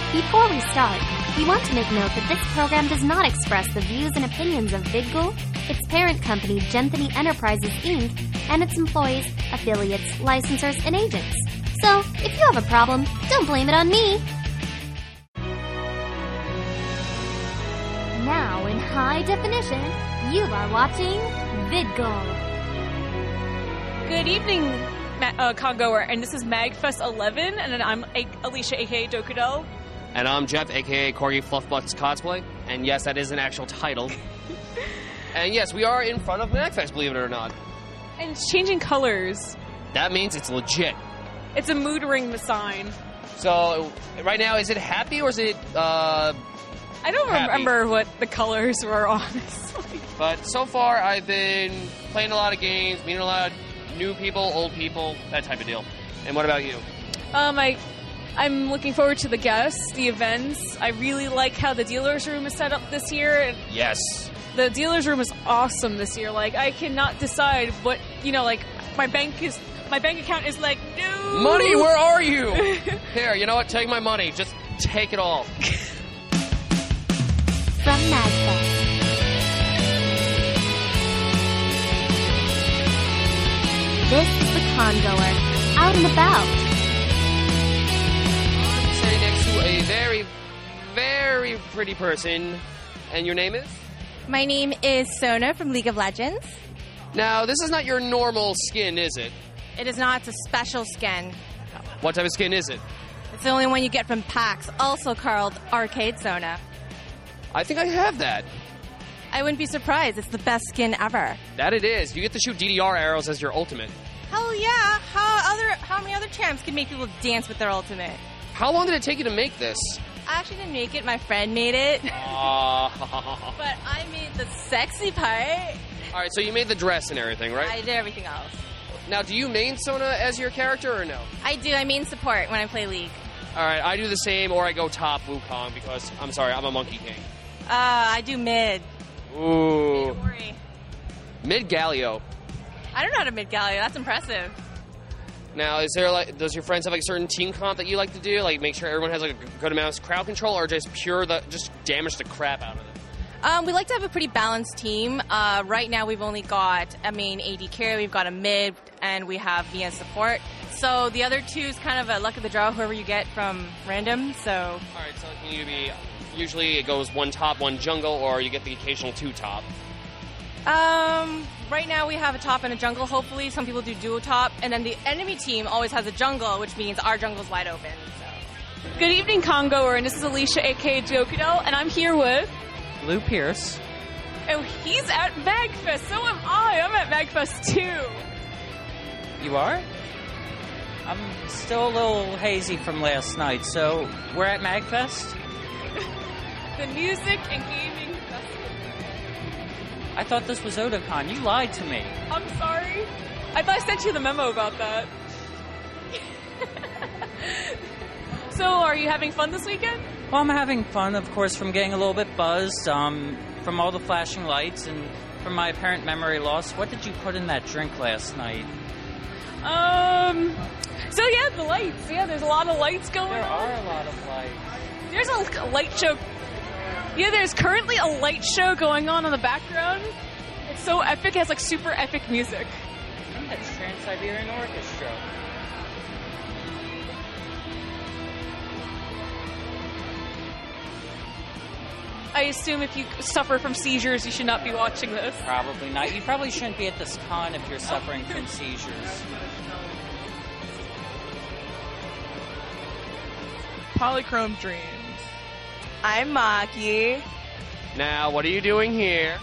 the start, we want to make note that this program does not express the views and opinions of VidGul, its parent company, Genthany Enterprises Inc., and its employees, affiliates, licensors, and agents. So, if you have a problem, don't blame it on me! Now, in high definition, you are watching VidGul. Good evening, Ma- uh, Congoer, and this is MagFest 11, and then I'm a- Alicia, aka Dokudel. And I'm Jeff, aka Corgi Fluffbutts Cosplay. And yes, that is an actual title. and yes, we are in front of MagFest, believe it or not. And it's changing colors. That means it's legit. It's a mood ring, the sign. So, right now, is it happy or is it. Uh, I don't Happy. remember what the colors were, honestly. but so far, I've been playing a lot of games, meeting a lot of new people, old people, that type of deal. And what about you? Um, I, I'm looking forward to the guests, the events. I really like how the dealer's room is set up this year. Yes. The dealer's room is awesome this year. Like, I cannot decide what, you know, like, my bank is, my bank account is like, no! Money, where are you? Here, you know what? Take my money. Just take it all. From MagFest. This is the Congoer, out and about. I'm sitting next to a very, very pretty person. And your name is? My name is Sona from League of Legends. Now, this is not your normal skin, is it? It is not, it's a special skin. What type of skin is it? It's the only one you get from PAX, also called Arcade Sona. I think I have that. I wouldn't be surprised, it's the best skin ever. That it is. You get to shoot DDR arrows as your ultimate. Hell yeah! How other how many other champs can make people dance with their ultimate? How long did it take you to make this? I actually didn't make it, my friend made it. Ah. But I made the sexy part. All right, so you made the dress and everything, I right? did everything else. Now, do you main Sona as your character or no? I do, I main support when I play League. All right, I do the same, or I go top Wukong because I'm sorry, I'm a Monkey King. Uh, I do mid. Ooh, Don't worry. mid Galio. I don't know how to mid Galio, that's impressive. Now, is there like, does your friends have like a certain team comp that you like to do? Like, make sure everyone has like a g- good amount of crowd control, or just pure the just damage the crap out of them? Um, we like to have a pretty balanced team. Uh, right now, we've only got a main AD carry, we've got a mid, and we have VN support. So the other two is kind of a luck of the draw, whoever you get from random. So All right, so it can either be usually it goes one top, one jungle, or you get the occasional two top. um, right now, we have a top and a jungle. Hopefully, some people do duo top, and then the enemy team always has a jungle, which means our jungle's wide open. So. Good evening, Congoer, and this is Alicia, aka Dokudel, and I'm here with. Lou Pierce. Oh, he's at MagFest. So am I. I'm at MagFest too. You are? I'm still a little hazy from last night, so we're at MagFest? The music and gaming festival. I thought this was Otakon. You lied to me. I'm sorry. I thought I sent you the memo about that. so, are you having fun this weekend? Well, I'm having fun, of course, from getting a little bit buzzed, um, from all the flashing lights, and from my apparent memory loss. What did you put in that drink last night? Um. So yeah, the lights. Yeah, there's a lot of lights going There on. are a lot of lights. There's a light show. Yeah, there's currently a light show going on in the background. It's so epic. It has like super epic music. I think that's Trans Siberian Orchestra. I assume if you suffer from seizures, you should not be watching this. Probably not. You probably shouldn't be at this con if you're suffering from seizures. Polychrome dreams. I'm Maki. Now, what are you doing here?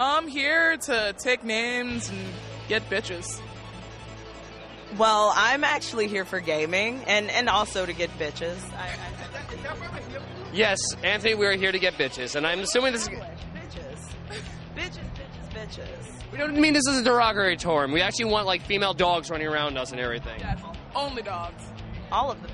I'm here to take names and get bitches. Well, I'm actually here for gaming and, and also to get bitches. I, Yes, Anthony, we are here to get bitches, and I'm assuming this. Is, bitches. bitches, bitches, bitches. we don't mean this is a derogatory term. We actually want like female dogs running around us and everything. Only dogs. All of them.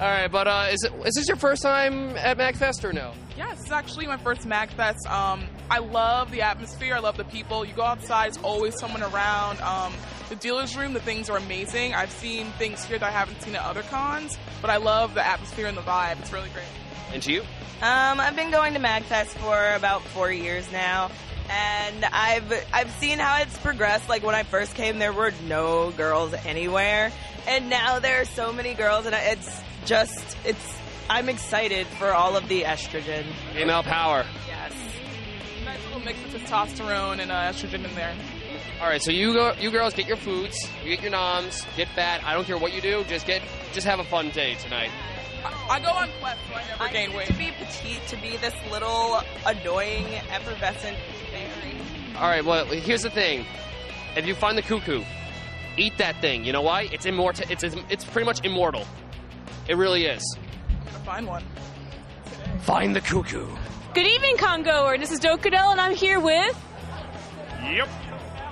All right, but uh, is it is this your first time at MagFest or no? Yes, it's actually my first MagFest. Um, I love the atmosphere. I love the people. You go outside, it's always someone around. Um, the dealer's room, the things are amazing. I've seen things here that I haven't seen at other cons, but I love the atmosphere and the vibe. It's really great. And to you? Um, I've been going to MagFest for about four years now, and I've I've seen how it's progressed. Like when I first came, there were no girls anywhere, and now there are so many girls, and I, it's just it's. I'm excited for all of the estrogen. Female power. Yes. Nice little mix of testosterone and uh, estrogen in there. All right, so you go, you girls get your foods, you get your noms, get fat. I don't care what you do, just get, just have a fun day tonight. I, I go on quests, so I never I gain need weight. to be petite, to be this little annoying, effervescent fairy. All right, well, here's the thing: if you find the cuckoo, eat that thing. You know why? It's immortal. It's it's pretty much immortal. It really is. I'm gonna find one. Find the cuckoo. Good evening, Congo, and this is Dokadel, and I'm here with. Yep.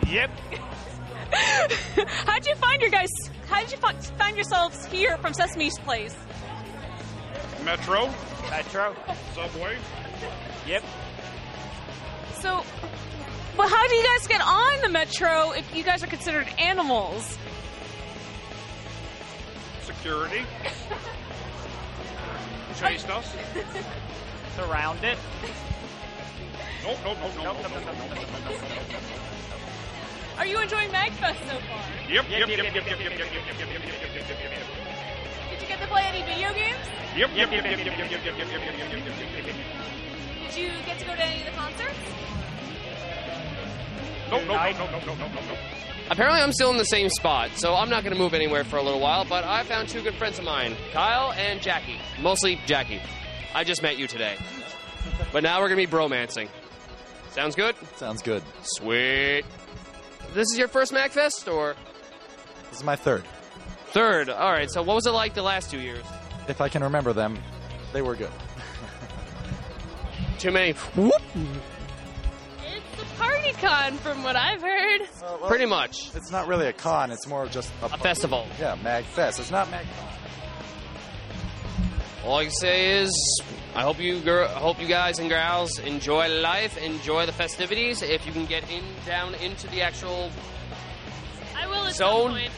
Yep. How'd you find your guys? How'd you fi- find yourselves here from Sesame's place? Metro. Metro. Subway. Yep. So, but how do you guys get on the metro if you guys are considered animals? Security. Chased us. Surround it. Nope, nope, nope, nope, Nope, nope, nope, nope, nope, nope, nope, nope, nope, nope, nope, nope. Are you enjoying Magfest so far? Yep, yep, yep, yep, yep, yep, yep, yep, yep, yep, yep, yep, yep, yep, yep. Did you get to play any video games? Yep, yep, yep, yep, yep, yep, yep, yep, yep, yep, yep, yep, yep, yep, yep. Did you get to go to any of the concerts? Nope, nope, nope, nope, nope, nope, nope, nope. Apparently, I'm still in the same spot, so I'm not going to move anywhere for a little while. But I found two good friends of mine, Kyle and Jackie. Mostly Jackie. I just met you today, but now we're going to be bromancing. Sounds good? Sounds good. Sweet. This is your first MacFest or This is my third. third? All right. So, what was it like the last two years? If I can remember them, they were good. Too many. Whoop. It's a party con, from what I've heard. Pretty much It's not really a con. It's more of just a, a festival. Yeah, Mag Fest. It's not Mag. All I can say is, I hope you, gir- I hope you guys and gals enjoy life, enjoy the festivities. If you can get in down into the actual, I will at Zone. some point.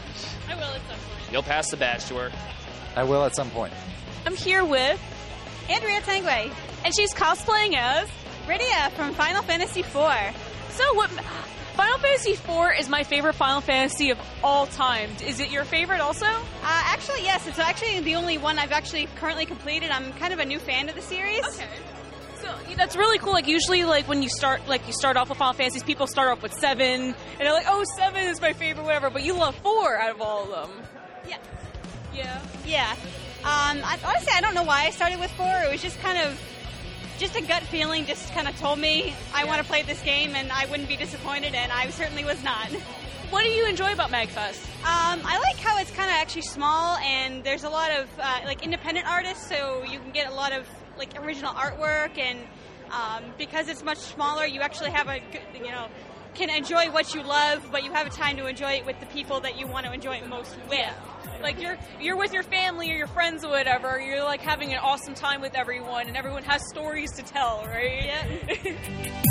I will at some point. you'll pass the badge to her. I will at some point. I'm here with, Andrea Tanguay, and she's cosplaying as. Rydia from Final Fantasy IV. So what? Final Fantasy IV is my favorite Final Fantasy of all time. Is it your favorite also? Uh, actually, yes, it's actually the only one I've actually currently completed. I'm kind of a new fan of the series. So yeah, that's really cool. Like usually, like when you start, like you start off with Final Fantasies, people start off with seven, and they're like, "Oh, seven is my favorite, whatever." But you love four out of all of them. Yeah. Yeah. Yeah. Um, I, honestly, I don't know why I started with four. It was just kind of, just a gut feeling. Just kind of told me I want to play this game, and I wouldn't be disappointed, and I certainly was not. What do you enjoy about Magfest? Um, I like how it's kind of actually small, and there's a lot of uh, like independent artists, so you can get a lot of like original artwork, and um, because it's much smaller, you actually have a good- you know can enjoy what you love, but you have a time to enjoy it with the people that you want to enjoy it most with. Like you're you're with your family or your friends or whatever. You're like having an awesome time with everyone, and everyone has stories to tell, right? Yeah.